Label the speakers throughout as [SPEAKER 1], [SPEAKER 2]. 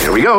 [SPEAKER 1] Here we go.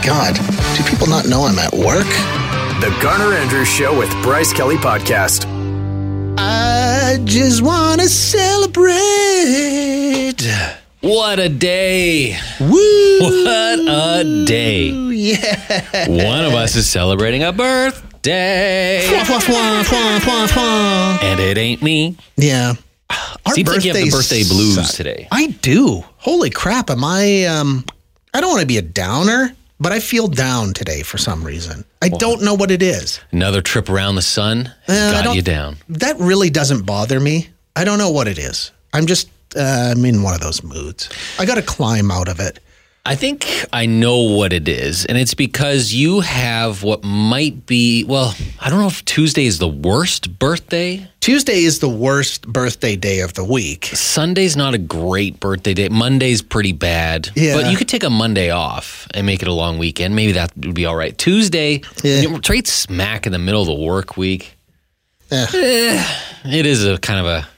[SPEAKER 2] God, do people not know I'm at work?
[SPEAKER 3] The Garner Andrews Show with Bryce Kelly Podcast.
[SPEAKER 2] I just want to celebrate.
[SPEAKER 4] What a day!
[SPEAKER 2] Woo!
[SPEAKER 4] What a day!
[SPEAKER 2] Yeah.
[SPEAKER 4] One of us is celebrating a birthday,
[SPEAKER 2] Fwah, fwah, fwah, fwah, fwah, fwah.
[SPEAKER 4] and it ain't me.
[SPEAKER 2] Yeah. Our
[SPEAKER 4] Seems like you have the birthday
[SPEAKER 2] birthdays
[SPEAKER 4] blues
[SPEAKER 2] suck.
[SPEAKER 4] today.
[SPEAKER 2] I do. Holy crap. Am I, um, I don't want to be a downer, but I feel down today for some reason. I don't know what it is.
[SPEAKER 4] Another trip around the sun has
[SPEAKER 2] Uh, I
[SPEAKER 4] got
[SPEAKER 2] don't-
[SPEAKER 4] you down.
[SPEAKER 2] That really doesn't bother me. I don't know what it is. I'm just, uh, I'm in one of those moods. I got to climb out of it.
[SPEAKER 4] I think I know what it is, and it's because you have what might be, well, I don't know if Tuesday is the worst birthday.
[SPEAKER 2] Tuesday is the worst birthday day of the week.
[SPEAKER 4] Sunday's not a great birthday day. Monday's pretty bad.
[SPEAKER 2] Yeah.
[SPEAKER 4] But you could take a Monday off and make it a long weekend. Maybe that would be all right. Tuesday,
[SPEAKER 2] Yeah.
[SPEAKER 4] you know, trade smack in the middle of the work week. Eh, it is a kind of a,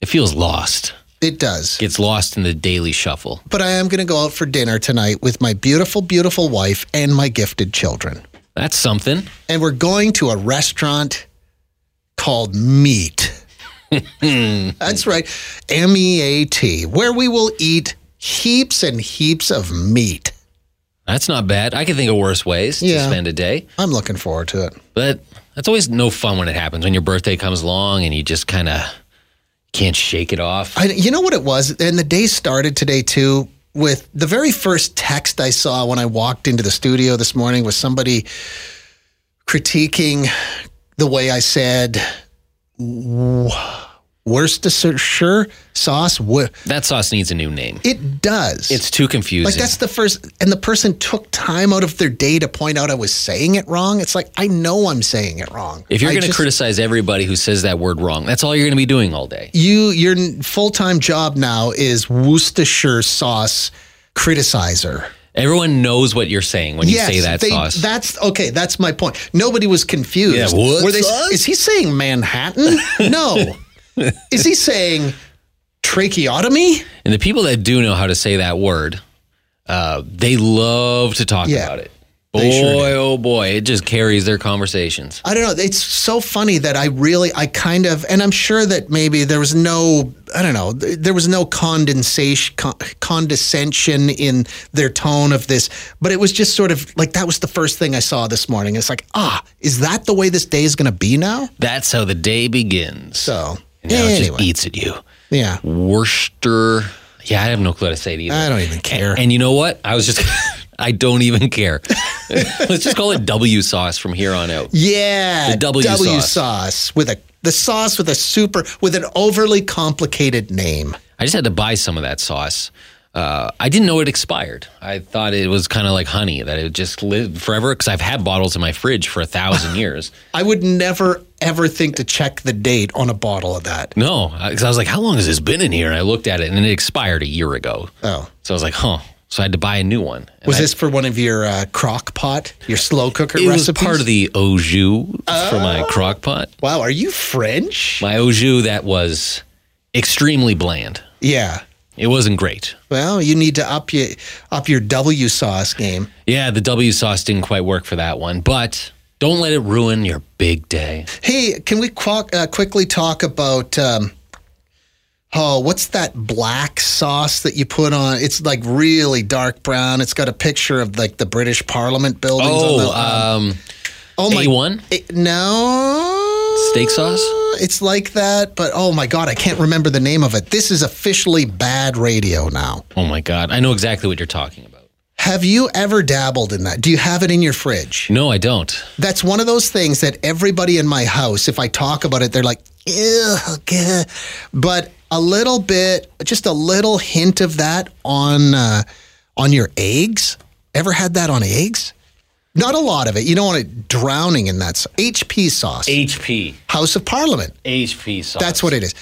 [SPEAKER 4] it feels lost.
[SPEAKER 2] It does.
[SPEAKER 4] Gets lost in the daily shuffle.
[SPEAKER 2] But I am going to go out for dinner tonight with my beautiful, beautiful wife and my gifted children.
[SPEAKER 4] That's something.
[SPEAKER 2] And we're going to a restaurant called Meat. That's right. M E A T, where we will eat heaps and heaps of meat.
[SPEAKER 4] That's not bad. I can think of worse ways
[SPEAKER 2] Yeah.
[SPEAKER 4] to spend a day.
[SPEAKER 2] I'm looking forward to it.
[SPEAKER 4] But that's always no fun when it happens. When your birthday comes along and you just kind of can't shake it off.
[SPEAKER 2] I, you know what it was? And the day started today, too, with the very first text I saw when I walked into the studio this morning was somebody critiquing the way I said w- Worcestershire sauce. Wor-
[SPEAKER 4] that sauce needs a new name.
[SPEAKER 2] It does.
[SPEAKER 4] It's too confusing.
[SPEAKER 2] like that's the first, and the person took time out of their day to point out I was saying it wrong. It's like I know I'm saying it wrong.
[SPEAKER 4] if you're
[SPEAKER 2] I
[SPEAKER 4] going to
[SPEAKER 2] just-
[SPEAKER 4] criticize everybody who says that word wrong, that's all you're going to be doing all day.
[SPEAKER 2] you your full time job now is Worcestershire sauce criticizer.
[SPEAKER 4] Everyone knows what you're saying when
[SPEAKER 2] Yes,
[SPEAKER 4] you say that
[SPEAKER 2] they-
[SPEAKER 4] sauce.
[SPEAKER 2] That's okay. That's my point. Nobody was confused.
[SPEAKER 4] Yeah, what
[SPEAKER 2] Were they-
[SPEAKER 4] sauce?
[SPEAKER 2] Is he saying Manhattan? no. is he saying tracheotomy?
[SPEAKER 4] and the people that do know how to say that word, uh, they love to talk
[SPEAKER 2] Yeah.
[SPEAKER 4] about it. Boy,
[SPEAKER 2] They sure
[SPEAKER 4] oh boy, it just carries their conversations.
[SPEAKER 2] I don't know. It's so funny that I really, I kind of, and I'm sure that maybe there was no, I don't know, th- there was no condensation, con- condescension in their tone of this, but it was just sort of like that was the first thing I saw this morning. It's like, ah, is that the way this day is going to be now?
[SPEAKER 4] That's how the day begins.
[SPEAKER 2] So,
[SPEAKER 4] and now it just
[SPEAKER 2] anyway.
[SPEAKER 4] eats at you.
[SPEAKER 2] yeah,
[SPEAKER 4] Worcester. Yeah, I have no clue how to say it either.
[SPEAKER 2] I don't even care.
[SPEAKER 4] And you know what? I was just, I don't even care. Let's just call it W sauce from here on out.
[SPEAKER 2] yeah,
[SPEAKER 4] The W sauce.
[SPEAKER 2] sauce with a the sauce with a super with an overly complicated name.
[SPEAKER 4] I just had to buy some of that sauce. Uh, I didn't know it expired. I thought it was kind of like honey that it would just lived forever because I've had bottles in my fridge for a thousand years.
[SPEAKER 2] I would never ever think to check the date on a bottle of that.
[SPEAKER 4] No, because I was like, how long has this been in here? And I looked at it and it expired a year ago.
[SPEAKER 2] Oh.
[SPEAKER 4] So I was like, huh. So I had to buy a new one. And
[SPEAKER 2] Was
[SPEAKER 4] I-
[SPEAKER 2] this for one of your uh, crock pot, your slow cooker
[SPEAKER 4] It was
[SPEAKER 2] recipes? Oh.
[SPEAKER 4] part of the au jus for my crock pot.
[SPEAKER 2] Wow, are you French?
[SPEAKER 4] my au jus that was extremely bland.
[SPEAKER 2] Yeah.
[SPEAKER 4] It wasn't great.
[SPEAKER 2] Well, you need to up your up your W sauce game.
[SPEAKER 4] Yeah, the W sauce didn't quite work for that one, but don't let it ruin your big day.
[SPEAKER 2] Hey, can we qu- uh, quickly talk about? Um, Oh, what's that black sauce that you put on? It's like really dark brown. It's got a picture of like the British Parliament buildings. on
[SPEAKER 4] Oh,
[SPEAKER 2] the,
[SPEAKER 4] um,
[SPEAKER 2] oh
[SPEAKER 4] A1?
[SPEAKER 2] It- no.
[SPEAKER 4] Steak sauce?
[SPEAKER 2] It's like that, but oh my god, I can't remember the name of it. This is officially bad radio now.
[SPEAKER 4] oh my God. I know exactly what you're talking about.
[SPEAKER 2] Have you ever dabbled in that? Do you have it in your fridge?
[SPEAKER 4] No, I don't.
[SPEAKER 2] That's one of those things that everybody in my house, if I talk about it, they're like, ugh, gah." but a little bit, just a little hint of that on uh, on your eggs. Ever had that on eggs? Not a lot of it. You don't want it drowning in that sauce. HP sauce.
[SPEAKER 4] HP.
[SPEAKER 2] House of Parliament.
[SPEAKER 4] HP sauce.
[SPEAKER 2] That's what it is.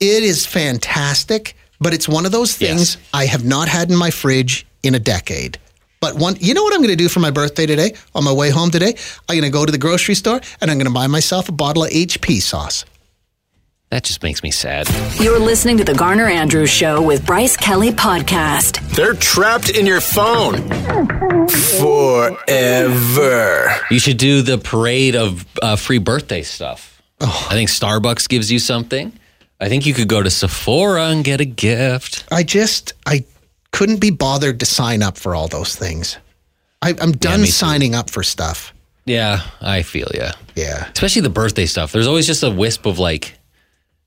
[SPEAKER 2] It is fantastic, but it's one of those things
[SPEAKER 4] Yes.
[SPEAKER 2] I have not had in my fridge in a decade. But one, you know what I'm going to do for my birthday today? On my way home today, I'm going to go to the grocery store and I'm going to buy myself a bottle of HP sauce.
[SPEAKER 4] That just makes me sad.
[SPEAKER 5] You're listening to The Garner Andrews Show with Bryce Kelly Podcast.
[SPEAKER 3] They're trapped in your phone forever.
[SPEAKER 4] You should do the parade of uh, free birthday stuff.
[SPEAKER 2] Oh.
[SPEAKER 4] I think Starbucks gives you something. I think you could go to Sephora and get a gift.
[SPEAKER 2] I just I couldn't be bothered to sign up for all those things. I, I'm done
[SPEAKER 4] me too.
[SPEAKER 2] signing up for stuff.
[SPEAKER 4] Yeah, I feel ya.
[SPEAKER 2] Yeah,
[SPEAKER 4] Especially the birthday stuff. There's always just a wisp of like,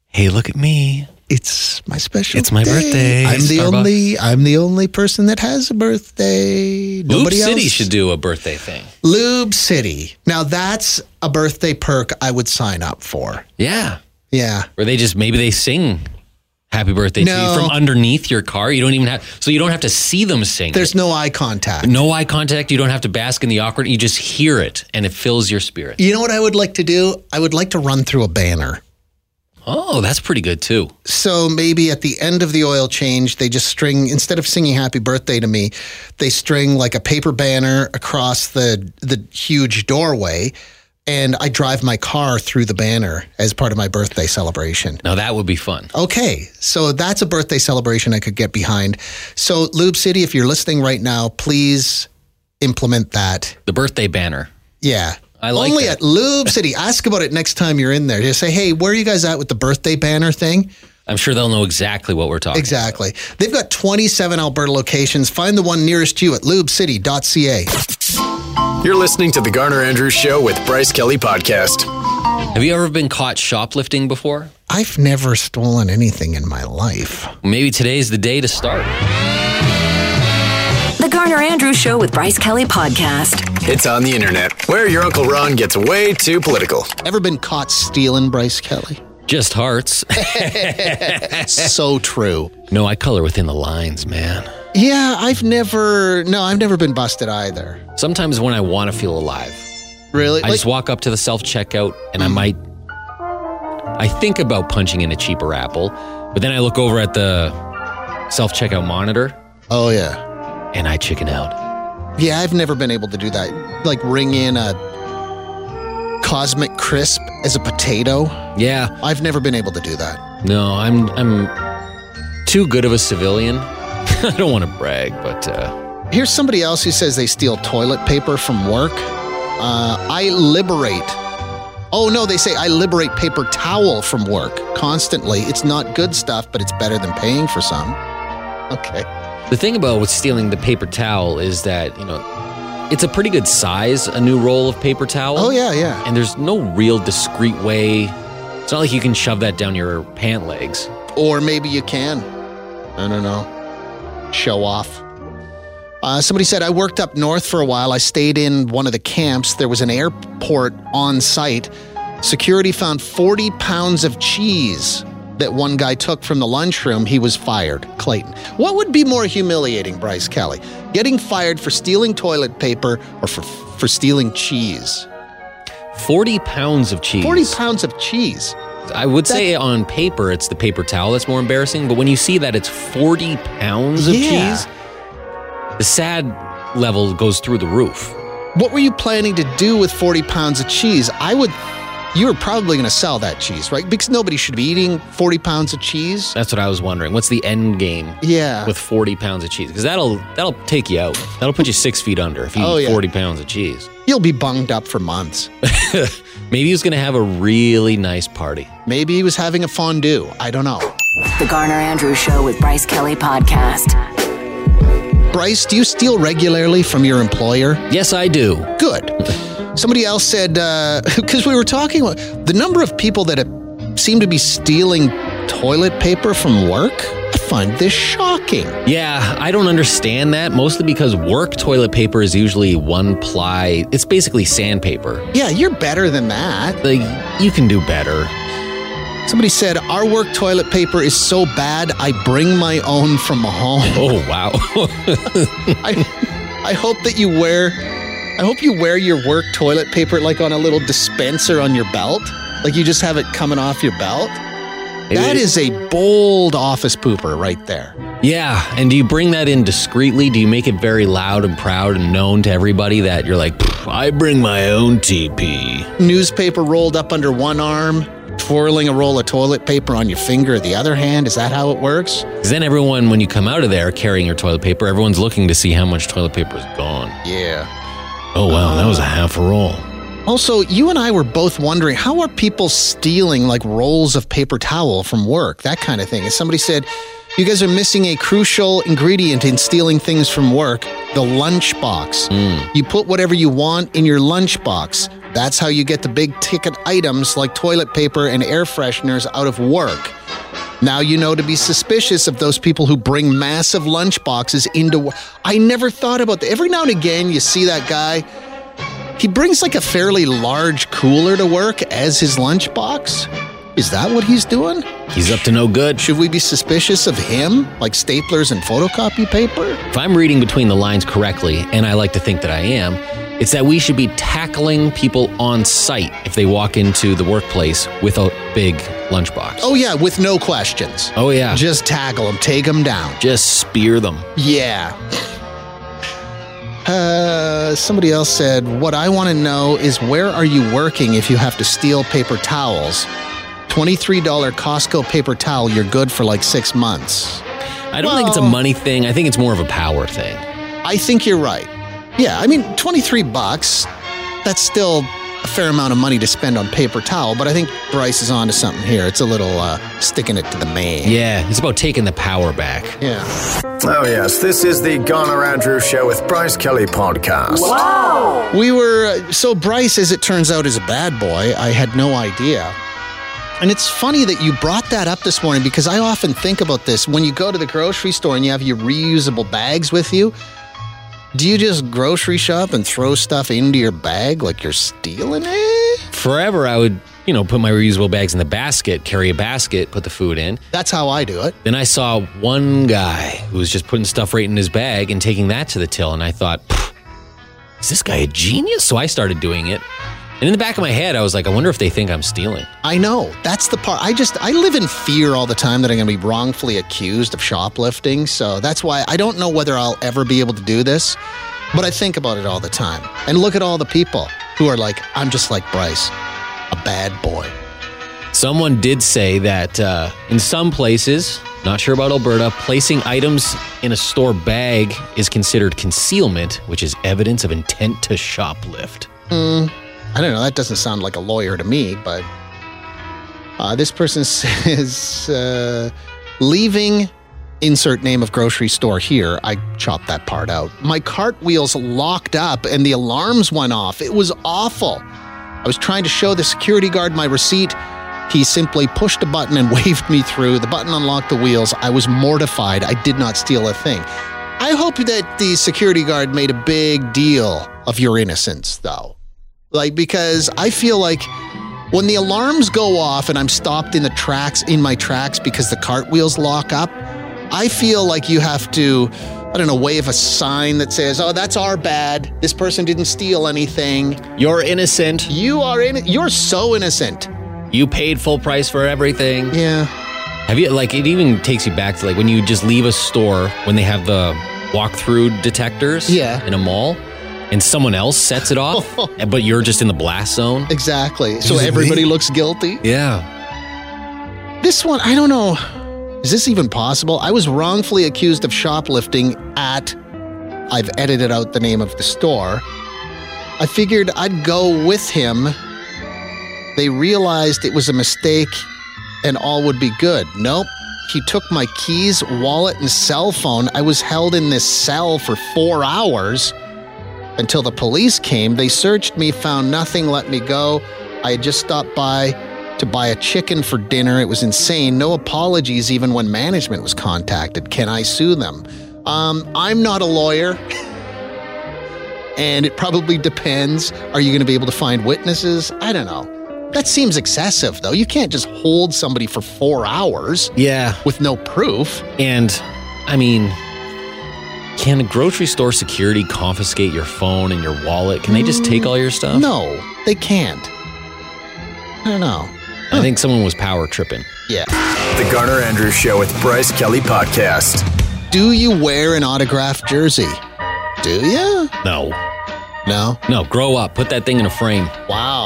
[SPEAKER 4] "Hey, look at me!
[SPEAKER 2] it's my special.
[SPEAKER 4] It's my
[SPEAKER 2] day.
[SPEAKER 4] birthday,
[SPEAKER 2] I'm the
[SPEAKER 4] Starbucks.
[SPEAKER 2] only. I'm the only person that has a birthday.
[SPEAKER 4] Loop
[SPEAKER 2] Nobody
[SPEAKER 4] City
[SPEAKER 2] else.
[SPEAKER 4] should do a birthday thing."
[SPEAKER 2] Lube City. Now that's a birthday perk I would sign up for.
[SPEAKER 4] Yeah,
[SPEAKER 2] Yeah.
[SPEAKER 4] where they just maybe they sing "Happy Birthday" to
[SPEAKER 2] No.
[SPEAKER 4] you from underneath your car. You don't even have so you don't have to see them sing.
[SPEAKER 2] There's
[SPEAKER 4] it.
[SPEAKER 2] no eye contact.
[SPEAKER 4] no eye contact. You don't have to bask in the awkward. You just hear it and it fills your spirit.
[SPEAKER 2] You know what I would like to do? I would like to run through a banner.
[SPEAKER 4] Oh, that's pretty good too.
[SPEAKER 2] So maybe at the end of the oil change, they just string instead of singing "Happy Birthday" to me, they string like a paper banner across the the huge doorway, and I drive my car through the banner as part of my birthday celebration.
[SPEAKER 4] Now that would be fun.
[SPEAKER 2] Okay, so that's a birthday celebration I could get behind. So Lube City, if you're listening right now, please implement that.
[SPEAKER 4] The birthday banner.
[SPEAKER 2] Yeah.
[SPEAKER 4] I like
[SPEAKER 2] Only
[SPEAKER 4] that.
[SPEAKER 2] at Lube City. Ask about it next time you're in there. Just say, hey, where are you guys at with the birthday banner thing?
[SPEAKER 4] I'm sure they'll know exactly what we're talking.
[SPEAKER 2] Exactly. They've got 27 Alberta locations. Find the one nearest you at lubecity.ca.
[SPEAKER 3] You're listening to The Garner Andrews Show with Bryce Kelly Podcast.
[SPEAKER 4] about. Have you ever been caught shoplifting before?
[SPEAKER 2] I've never stolen anything in my life.
[SPEAKER 4] Maybe today's the day to start.
[SPEAKER 5] The Garner Andrews Show with Bryce Kelly Podcast.
[SPEAKER 3] It's on the internet, where your Uncle Ron gets way too political.
[SPEAKER 2] Ever been caught stealing, Bryce Kelly?
[SPEAKER 4] Just hearts.
[SPEAKER 2] so true.
[SPEAKER 4] no, I color within the lines, man.
[SPEAKER 2] Yeah, I've never, no, I've never been busted either.
[SPEAKER 4] Sometimes when I want to feel alive,
[SPEAKER 2] Really?
[SPEAKER 4] I just walk up to the self checkout and I
[SPEAKER 2] Mm.
[SPEAKER 4] might. I think about punching in a cheaper apple, but then I look over at the self checkout monitor
[SPEAKER 2] oh, yeah.
[SPEAKER 4] and I chicken out.
[SPEAKER 2] Yeah, I've never been able to do that. Like ring in a cosmic crisp as a potato.
[SPEAKER 4] Yeah,
[SPEAKER 2] I've never been able to do that.
[SPEAKER 4] No, I'm I'm too good of a civilian. I don't want to brag, but uh,
[SPEAKER 2] Here's somebody else who says they steal toilet paper from work. Uh, I liberate. Oh no, they say I liberate paper towel from work constantly. It's not good stuff, but it's better than paying for some. Okay.
[SPEAKER 4] the thing about with stealing the paper towel is that you know it's a pretty good size, a new roll of paper towel.
[SPEAKER 2] Oh yeah, yeah.
[SPEAKER 4] and there's no real discreet way. It's not like you can shove that down your pant legs.
[SPEAKER 2] Or maybe you can. I don't know. Show off. Uh, somebody said, I worked up north for a while. I stayed in one of the camps. There was an airport on site. Security found 40 pounds of cheese that one guy took from the lunchroom. He was fired. Clayton. What would be more humiliating, Bryce Kelly? Getting fired for stealing toilet paper or for, for stealing cheese?
[SPEAKER 4] Forty pounds of cheese.
[SPEAKER 2] 40 pounds of cheese.
[SPEAKER 4] I would say on paper it's the paper towel that's more embarrassing, but when you see that it's 40 pounds of
[SPEAKER 2] Yeah.
[SPEAKER 4] cheese, the sad level goes through the roof.
[SPEAKER 2] What were you planning to do with 40 pounds of cheese? I would, you were probably going to sell that cheese, right? Because nobody should be eating 40 pounds of cheese.
[SPEAKER 4] That's what I was wondering. What's the end game
[SPEAKER 2] Yeah.
[SPEAKER 4] with 40 pounds of cheese? Because that'll that'll take you out. That'll put you six feet under if you
[SPEAKER 2] Oh,
[SPEAKER 4] eat
[SPEAKER 2] yeah.
[SPEAKER 4] 40 pounds of cheese.
[SPEAKER 2] You'll be bunged up for months.
[SPEAKER 4] Maybe he was going to have a really nice party.
[SPEAKER 2] Maybe he was having a fondue. I don't know.
[SPEAKER 5] The Garner Andrews Show with Bryce Kelly Podcast.
[SPEAKER 2] Bryce, do you steal regularly from your employer?
[SPEAKER 4] Yes, I do.
[SPEAKER 2] Good. Somebody else said, because we were talking about the number of people that uh, seem to be stealing toilet paper from work. I find this shocking.
[SPEAKER 4] Yeah, I don't understand that, mostly because work toilet paper is usually one ply. It's basically sandpaper.
[SPEAKER 2] Yeah, you're better than that.
[SPEAKER 4] Like, you can do better.
[SPEAKER 2] Somebody said, Our work toilet paper is so bad, I bring my own from home.
[SPEAKER 4] Oh, wow.
[SPEAKER 2] I, I hope that you wear. I hope you wear your work toilet paper like on a little dispenser on your belt. Like you just have it coming off your belt. That is a bold office pooper right there.
[SPEAKER 4] Yeah, and do you bring that in discreetly? Do you make it very loud and proud and known to everybody that you're like, "Pff, I bring my own TP?
[SPEAKER 2] Newspaper rolled up under one arm, twirling a roll of toilet paper on your finger the other hand. Is that how it works?
[SPEAKER 4] 'Cause then everyone, when you come out of there carrying your toilet paper, everyone's looking to see how much toilet paper is gone.
[SPEAKER 2] Yeah.
[SPEAKER 4] Oh wow, that was a half a roll.
[SPEAKER 2] Also, you and I were both wondering how are people stealing like rolls of paper towel from work, that kind of thing. And somebody said, you guys are missing a crucial ingredient in stealing things from work the lunchbox. You put whatever you want in your lunchbox. That's how you get the big ticket items like toilet paper and air fresheners out of work. Now you know to be suspicious of those people who bring massive lunchboxes into work. I never thought about that. Every now and again, you see that guy. He brings like a fairly large cooler to work as his lunchbox. Is that what he's doing?
[SPEAKER 4] He's up to no good.
[SPEAKER 2] Should we be suspicious of him, like staplers and photocopy paper?
[SPEAKER 4] If I'm reading between the lines correctly, and I like to think that I am, it's that we should be tackling people on site if they walk into the workplace with a big lunchbox.
[SPEAKER 2] Oh, yeah, with no questions.
[SPEAKER 4] oh yeah. Just,
[SPEAKER 2] Just tackle him, take him down.
[SPEAKER 4] just spear them.
[SPEAKER 2] Yeah. Uh, somebody else said, What I want to know is where are you working if you have to steal paper towels? $23 Costco paper towel, you're good for like six months.
[SPEAKER 4] I don't think it's a money thing. I think it's more of a power thing.
[SPEAKER 2] I think you're right. Yeah, I mean, 23 bucks, that's still a fair amount of money to spend on paper towel, but I think Bryce is onto something here. It's a little uh, sticking it to the man.
[SPEAKER 4] Yeah, it's about taking the power back.
[SPEAKER 2] yeah.
[SPEAKER 6] Oh, yes, this is the Garner Andrew Show with Bryce Kelly podcast.
[SPEAKER 2] We were uh, so Bryce, as it turns out, is a bad boy. I had no idea. And it's funny that you brought that up this morning because I often think about this. When you go to the grocery store and you have your reusable bags with you, do you just grocery shop and throw stuff into your bag like you're stealing it?
[SPEAKER 4] Forever, I would, you know, put my reusable bags in the basket, carry a basket, put the food in.
[SPEAKER 2] That's how I do it.
[SPEAKER 4] Then I saw one guy who was just putting stuff right in his bag and taking that to the till, and I thought, "Pff, is this guy a genius? So I started doing it. And in the back of my head, I was like, I wonder if they think I'm stealing.
[SPEAKER 2] I know. That's the part. I just, I live in fear all the time that I'm going to be wrongfully accused of shoplifting. So that's why I don't know whether I'll ever be able to do this, but I think about it all the time. And look at all the people who are like, I'm just like Bryce, a bad boy.
[SPEAKER 4] Someone did say that uh, in some places, not sure about Alberta, placing items in a store bag is considered concealment, which is evidence of intent to shoplift.
[SPEAKER 2] I don't know. That doesn't sound like a lawyer to me, but uh, this person says, uh, leaving insert name of grocery store here. I chopped that part out. My cart wheels locked up and the alarms went off. It was awful. I was trying to show the security guard my receipt. He simply pushed a button and waved me through. The button unlocked the wheels. I was mortified. I did not steal a thing. I hope that the security guard made a big deal of your innocence, though. Like, because I feel like when the alarms go off and I'm stopped in the tracks, in my tracks because the cartwheels lock up, I feel like you have to, I don't know, wave a sign that says, oh, that's our bad. This person didn't steal anything.
[SPEAKER 4] You're innocent.
[SPEAKER 2] You are in, you're so innocent.
[SPEAKER 4] You paid full price for everything.
[SPEAKER 2] Yeah.
[SPEAKER 4] Have you like it even takes you back to like when you just leave a store when they have the walkthrough detectors
[SPEAKER 2] Yeah.
[SPEAKER 4] in a mall and someone else sets it off but you're just in the blast zone?
[SPEAKER 2] Exactly. So
[SPEAKER 4] Is it
[SPEAKER 2] everybody
[SPEAKER 4] me?
[SPEAKER 2] looks guilty.
[SPEAKER 4] Yeah.
[SPEAKER 2] This one, I don't know. Is this even possible? I was wrongfully accused of shoplifting at. I've edited out the name of the store. I figured I'd go with him. They realized it was a mistake and all would be good. Nope. He took my keys, wallet, and cell phone. I was held in this cell for four hours until the police came. They searched me, found nothing, let me go. I had just stopped by to buy a chicken for dinner. It was insane. No apologies, even when management was contacted. Can I sue them? Um, I'm not a lawyer. And it probably depends. Are you going to be able to find witnesses? I don't know. That seems excessive, though. You can't just hold somebody for four hours
[SPEAKER 4] Yeah.
[SPEAKER 2] with no proof.
[SPEAKER 4] And I mean Can a grocery store security confiscate your phone and your wallet? Can they just take all your stuff?
[SPEAKER 2] No, they can't. I don't know.
[SPEAKER 4] I think someone was power tripping.
[SPEAKER 2] Yeah.
[SPEAKER 6] The Garner Andrews Show with Bryce Kelly Podcast.
[SPEAKER 2] Do you wear an autographed jersey? Do you?
[SPEAKER 4] No.
[SPEAKER 2] No.
[SPEAKER 4] No, grow up. Put that thing in a frame.
[SPEAKER 2] Wow.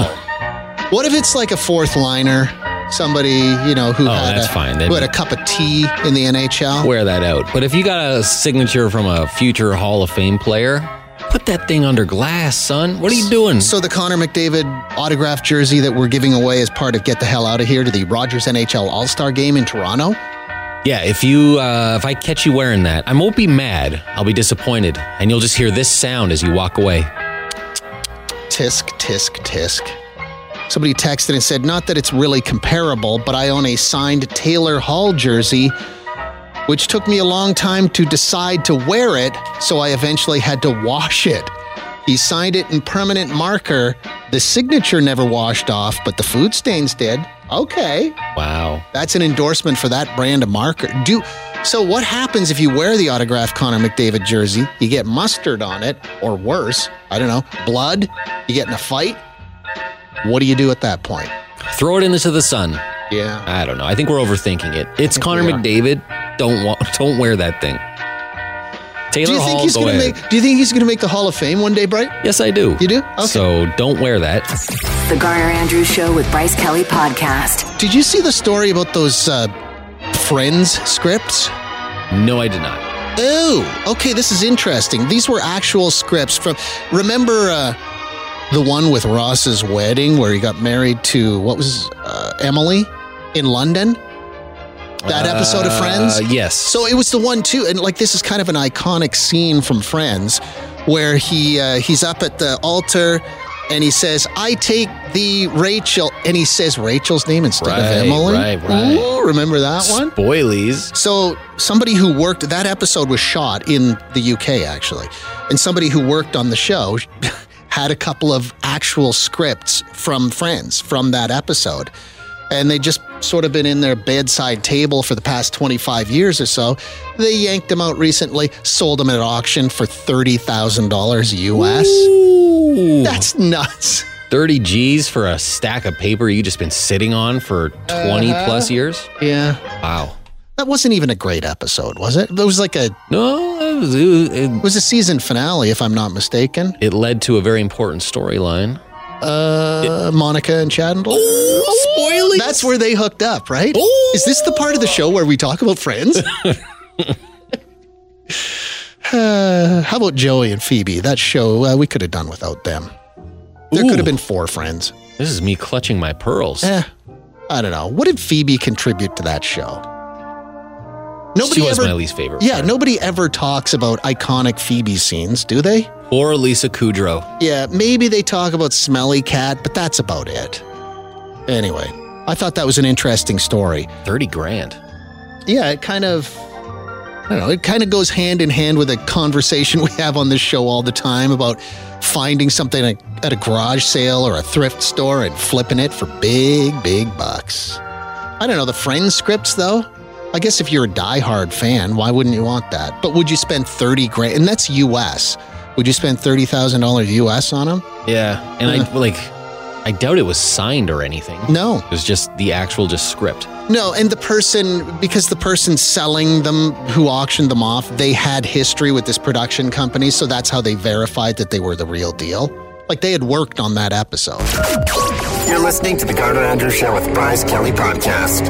[SPEAKER 2] what if it's like a fourth liner? Somebody, you know, who,
[SPEAKER 4] Oh,
[SPEAKER 2] had,
[SPEAKER 4] that's
[SPEAKER 2] a,
[SPEAKER 4] fine. That'd
[SPEAKER 2] who had
[SPEAKER 4] be-
[SPEAKER 2] a cup of tea in the NHL?
[SPEAKER 4] Wear that out. But if you got a signature from a future Hall of Fame player, put that thing under glass, son. What are you doing?
[SPEAKER 2] So the Connor McDavid autographed jersey that we're giving away as part of Get the Hell Out of Here to the Rogers NHL All Star Game in Toronto.
[SPEAKER 4] Yeah, if you uh, if I catch you wearing that, I won't be mad. I'll be disappointed, and you'll just hear this sound as you walk away.
[SPEAKER 2] Tisk, tisk, tisk. Somebody texted and said, not that it's really comparable, but I own a signed Taylor Hall jersey, which took me a long time to decide to wear it, so I eventually had to wash it. He signed it in permanent marker. The signature never washed off, but the food stains did. Okay.
[SPEAKER 4] Wow.
[SPEAKER 2] That's an endorsement for that brand of marker. Do so. What happens if you wear the autographed Connor McDavid jersey? You get mustard on it, or worse, I don't know, blood. You get in a fight. What do you do at that point?
[SPEAKER 4] Throw it into the sun.
[SPEAKER 2] Yeah,
[SPEAKER 4] I don't know. I think we're overthinking it. It's Connor
[SPEAKER 2] we are.
[SPEAKER 4] McDavid. Don't wa- don't wear that thing. Taylor
[SPEAKER 2] do you think
[SPEAKER 4] Hall,
[SPEAKER 2] he's
[SPEAKER 4] go
[SPEAKER 2] gonna
[SPEAKER 4] ahead.
[SPEAKER 2] make? Do you think he's gonna make the Hall of Fame one day, Bright?
[SPEAKER 4] yes, I do.
[SPEAKER 2] You do? Okay.
[SPEAKER 4] So don't wear that.
[SPEAKER 5] The Garner Andrews Show with Bryce Kelly Podcast.
[SPEAKER 2] Did you see the story about those uh, Friends scripts?
[SPEAKER 4] No, I did not.
[SPEAKER 2] Oh, okay. This is interesting. These were actual scripts from. Remember uh, the one with Ross's wedding where he got married to what was uh, Emily in London? That episode of Friends.
[SPEAKER 4] Uh, yes.
[SPEAKER 2] So it was the one too, and like this is kind of an iconic scene from Friends, where he uh, he's up at the altar. And he says, "I take the Rachel," and he says Rachel's name instead
[SPEAKER 4] Right,
[SPEAKER 2] of Emily.
[SPEAKER 4] right, right.
[SPEAKER 2] Ooh, remember that one?
[SPEAKER 4] spoilies.
[SPEAKER 2] So somebody who worked that episode was shot in the UK actually, and somebody who worked on the show had a couple of actual scripts from friends from that episode. And they just sort of been in their bedside table for the past 25 years or so. They yanked them out recently, sold them at auction for $30,000 US.
[SPEAKER 4] Ooh.
[SPEAKER 2] That's nuts.
[SPEAKER 4] 30 G's for a stack of paper you just been sitting on for 20
[SPEAKER 2] Uh-huh.
[SPEAKER 4] plus years?
[SPEAKER 2] Yeah.
[SPEAKER 4] Wow.
[SPEAKER 2] That wasn't even a great episode, was it? It was like a
[SPEAKER 4] No, it, was- it-
[SPEAKER 2] it was a season finale if I'm not mistaken.
[SPEAKER 4] it led to a very important storyline.
[SPEAKER 2] Uh, Monica and Chandler.
[SPEAKER 4] Spoilies.
[SPEAKER 2] That's where they hooked up, right?
[SPEAKER 4] Ooh.
[SPEAKER 2] Is this the part of the show where we talk about friends? Uh, how about Joey and Phoebe? That show uh, we could have done without them. There
[SPEAKER 4] Ooh.
[SPEAKER 2] could have been four friends.
[SPEAKER 4] This is me clutching my pearls.
[SPEAKER 2] Eh, I don't know. What did Phoebe contribute to that show?
[SPEAKER 4] she
[SPEAKER 2] Nobody
[SPEAKER 4] was
[SPEAKER 2] ever.
[SPEAKER 4] my least favorite.
[SPEAKER 2] yeah,
[SPEAKER 4] part.
[SPEAKER 2] nobody ever talks about iconic Phoebe scenes, do they?
[SPEAKER 4] Or Lisa Kudrow.
[SPEAKER 2] Yeah, maybe they talk about Smelly Cat, but that's about it. Anyway, I thought that was an interesting story.
[SPEAKER 4] 30 grand.
[SPEAKER 2] Yeah, it kind of. I don't know. It kind of goes hand in hand with a conversation we have on this show all the time about finding something at- at a garage sale or a thrift store and flipping it for big, big bucks. I don't know. The Friends scripts, though. I guess if you're a diehard fan, why wouldn't you want that? But would you spend 30 grand? And that's US. Would you spend $30,000 US on them?
[SPEAKER 4] Yeah. And I like I doubt it was signed or anything.
[SPEAKER 2] No.
[SPEAKER 4] It was just the actual just script.
[SPEAKER 2] No, and the person, because the person selling them who auctioned them off, they had history with this production company. So that's how they verified that they were the real deal. Like they had worked on that episode.
[SPEAKER 6] You're listening to The Garner Andrews Show with Bryce Kelly Podcast.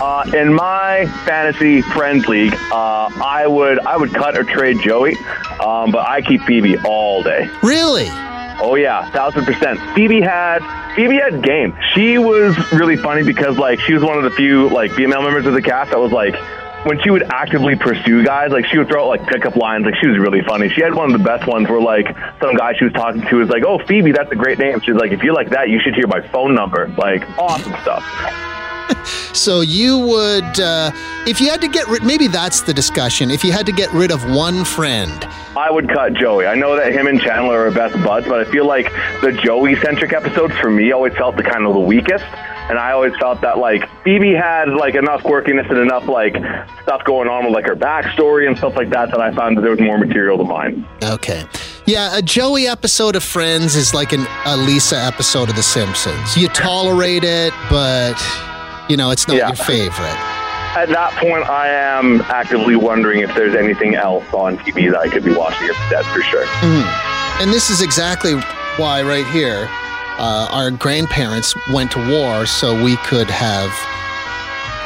[SPEAKER 1] Uh, in my fantasy friends league, uh, I would I would cut or trade Joey, um, but I keep Phoebe all day.
[SPEAKER 2] Really?
[SPEAKER 1] Oh yeah, thousand percent. Phoebe had Phoebe had game. She was really funny because like she was one of the few like female members of the cast that was like when she would actively pursue guys, like she would throw out like pickup lines, like she was really funny. She had one of the best ones where like some guy she was talking to was like, "Oh, Phoebe, that's a great name." She's like, "If you like that, you should hear my phone number." Like, awesome stuff.
[SPEAKER 2] So you would, uh, if you had to get rid, maybe that's the discussion. If you had to get rid of one friend,
[SPEAKER 1] I would cut Joey. I know that him and Chandler are best buds, but I feel like the Joey centric episodes for me always felt the kind of the weakest. And I always felt that like Phoebe had like enough quirkiness and enough like stuff going on with like her backstory and stuff like that that I found that there was more material to mine.
[SPEAKER 2] Okay. Yeah, a Joey episode of Friends is like an, a Lisa episode of The Simpsons. You tolerate it, but, you know, it's not
[SPEAKER 1] Yeah.
[SPEAKER 2] your favorite.
[SPEAKER 1] At that point, I am actively wondering if there's anything else on TV that I could be watching instead for sure.
[SPEAKER 2] And this is exactly why, right here, uh, our grandparents went to war so we could have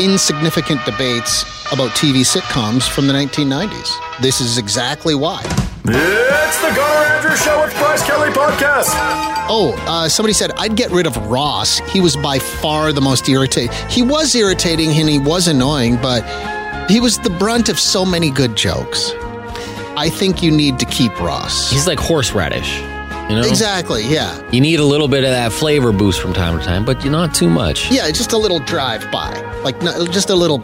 [SPEAKER 2] insignificant debates about TV sitcoms from the 1990s. This is exactly why.
[SPEAKER 6] It's the Gunnar Andrews Show with Bryce Kelly Podcast.
[SPEAKER 2] Oh, uh, somebody said, I'd get rid of Ross. He was by far the most irritating. He was irritating and he was annoying, but he was the brunt of so many good jokes. I think you need to keep Ross.
[SPEAKER 4] He's like horseradish. You know?
[SPEAKER 2] Exactly, yeah.
[SPEAKER 4] You need a little bit of that flavor boost from time to time, but not too much.
[SPEAKER 2] Yeah, just a little drive by, like no, just a little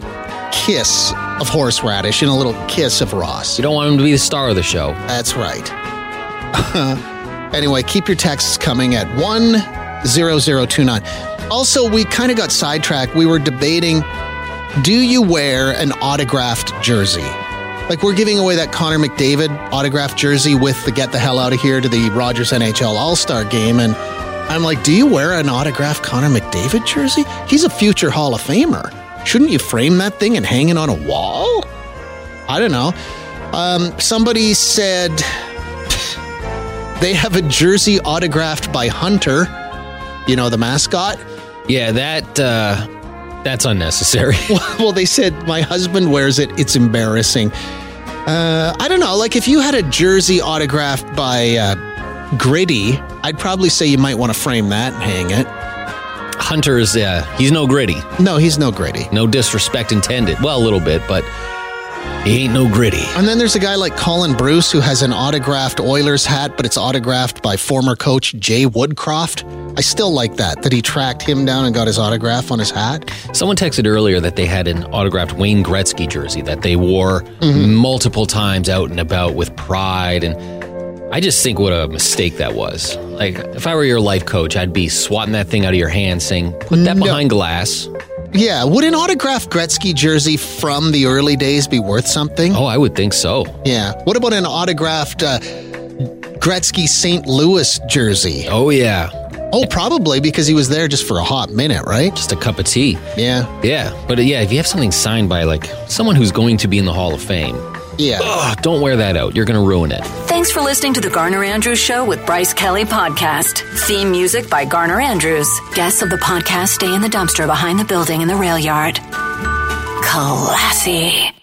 [SPEAKER 2] kiss of horseradish and a little kiss of Ross.
[SPEAKER 4] You don't want him to be the star of the show.
[SPEAKER 2] That's right. anyway, keep your texts coming at one zero zero two nine. Also, we kind of got sidetracked. We were debating: Do you wear an autographed jersey? Like we're giving away that Connor McDavid autographed jersey with the "Get the hell out of here" to the Rogers NHL All Star Game, and I'm like, do you wear an autographed Connor McDavid jersey? He's a future Hall of Famer. Shouldn't you frame that thing and hang it on a wall? I don't know. Um, somebody said they have a jersey autographed by Hunter, you know, the mascot.
[SPEAKER 4] Yeah, that uh that's unnecessary.
[SPEAKER 2] well, they said my husband wears it. It's embarrassing. Uh, I don't know. Like if you had a jersey autographed by uh, Gritty, I'd probably say you might want to frame that and hang it.
[SPEAKER 4] Hunter's uh he's no gritty.
[SPEAKER 2] No, he's no Gritty.
[SPEAKER 4] No disrespect intended. Well, a little bit, but he ain't no gritty.
[SPEAKER 2] And then there's a guy like Colin Bruce who has an autographed Oilers hat, but it's autographed by former coach Jay Woodcroft. I still like that, that he tracked him down and got his autograph on his hat.
[SPEAKER 4] Someone texted earlier that they had an autographed Wayne Gretzky jersey that they wore multiple times out and about with pride and I just think what a mistake that was. Like if I were your life coach, I'd be swatting that thing out of your hand saying, "Put that
[SPEAKER 2] No.
[SPEAKER 4] behind glass."
[SPEAKER 2] Yeah, would an autographed Gretzky jersey from the early days be worth something?
[SPEAKER 4] Oh, I would think so.
[SPEAKER 2] Yeah. What about an autographed uh, Gretzky St. Louis jersey?
[SPEAKER 4] Oh yeah.
[SPEAKER 2] Oh, probably because he was there just for a hot minute, right?
[SPEAKER 4] Just a cup of tea.
[SPEAKER 2] Yeah.
[SPEAKER 4] Yeah, but uh, yeah, if you have something signed by like someone who's going to be in the Hall of Fame,
[SPEAKER 2] Yeah.
[SPEAKER 4] oh, don't wear that out. You're going to ruin it.
[SPEAKER 5] Thanks for listening to the Garner Andrews Show with Bryce Kelly Podcast. Theme music by Garner Andrews. Guests of the podcast stay in the dumpster behind the building in the rail yard. Classy.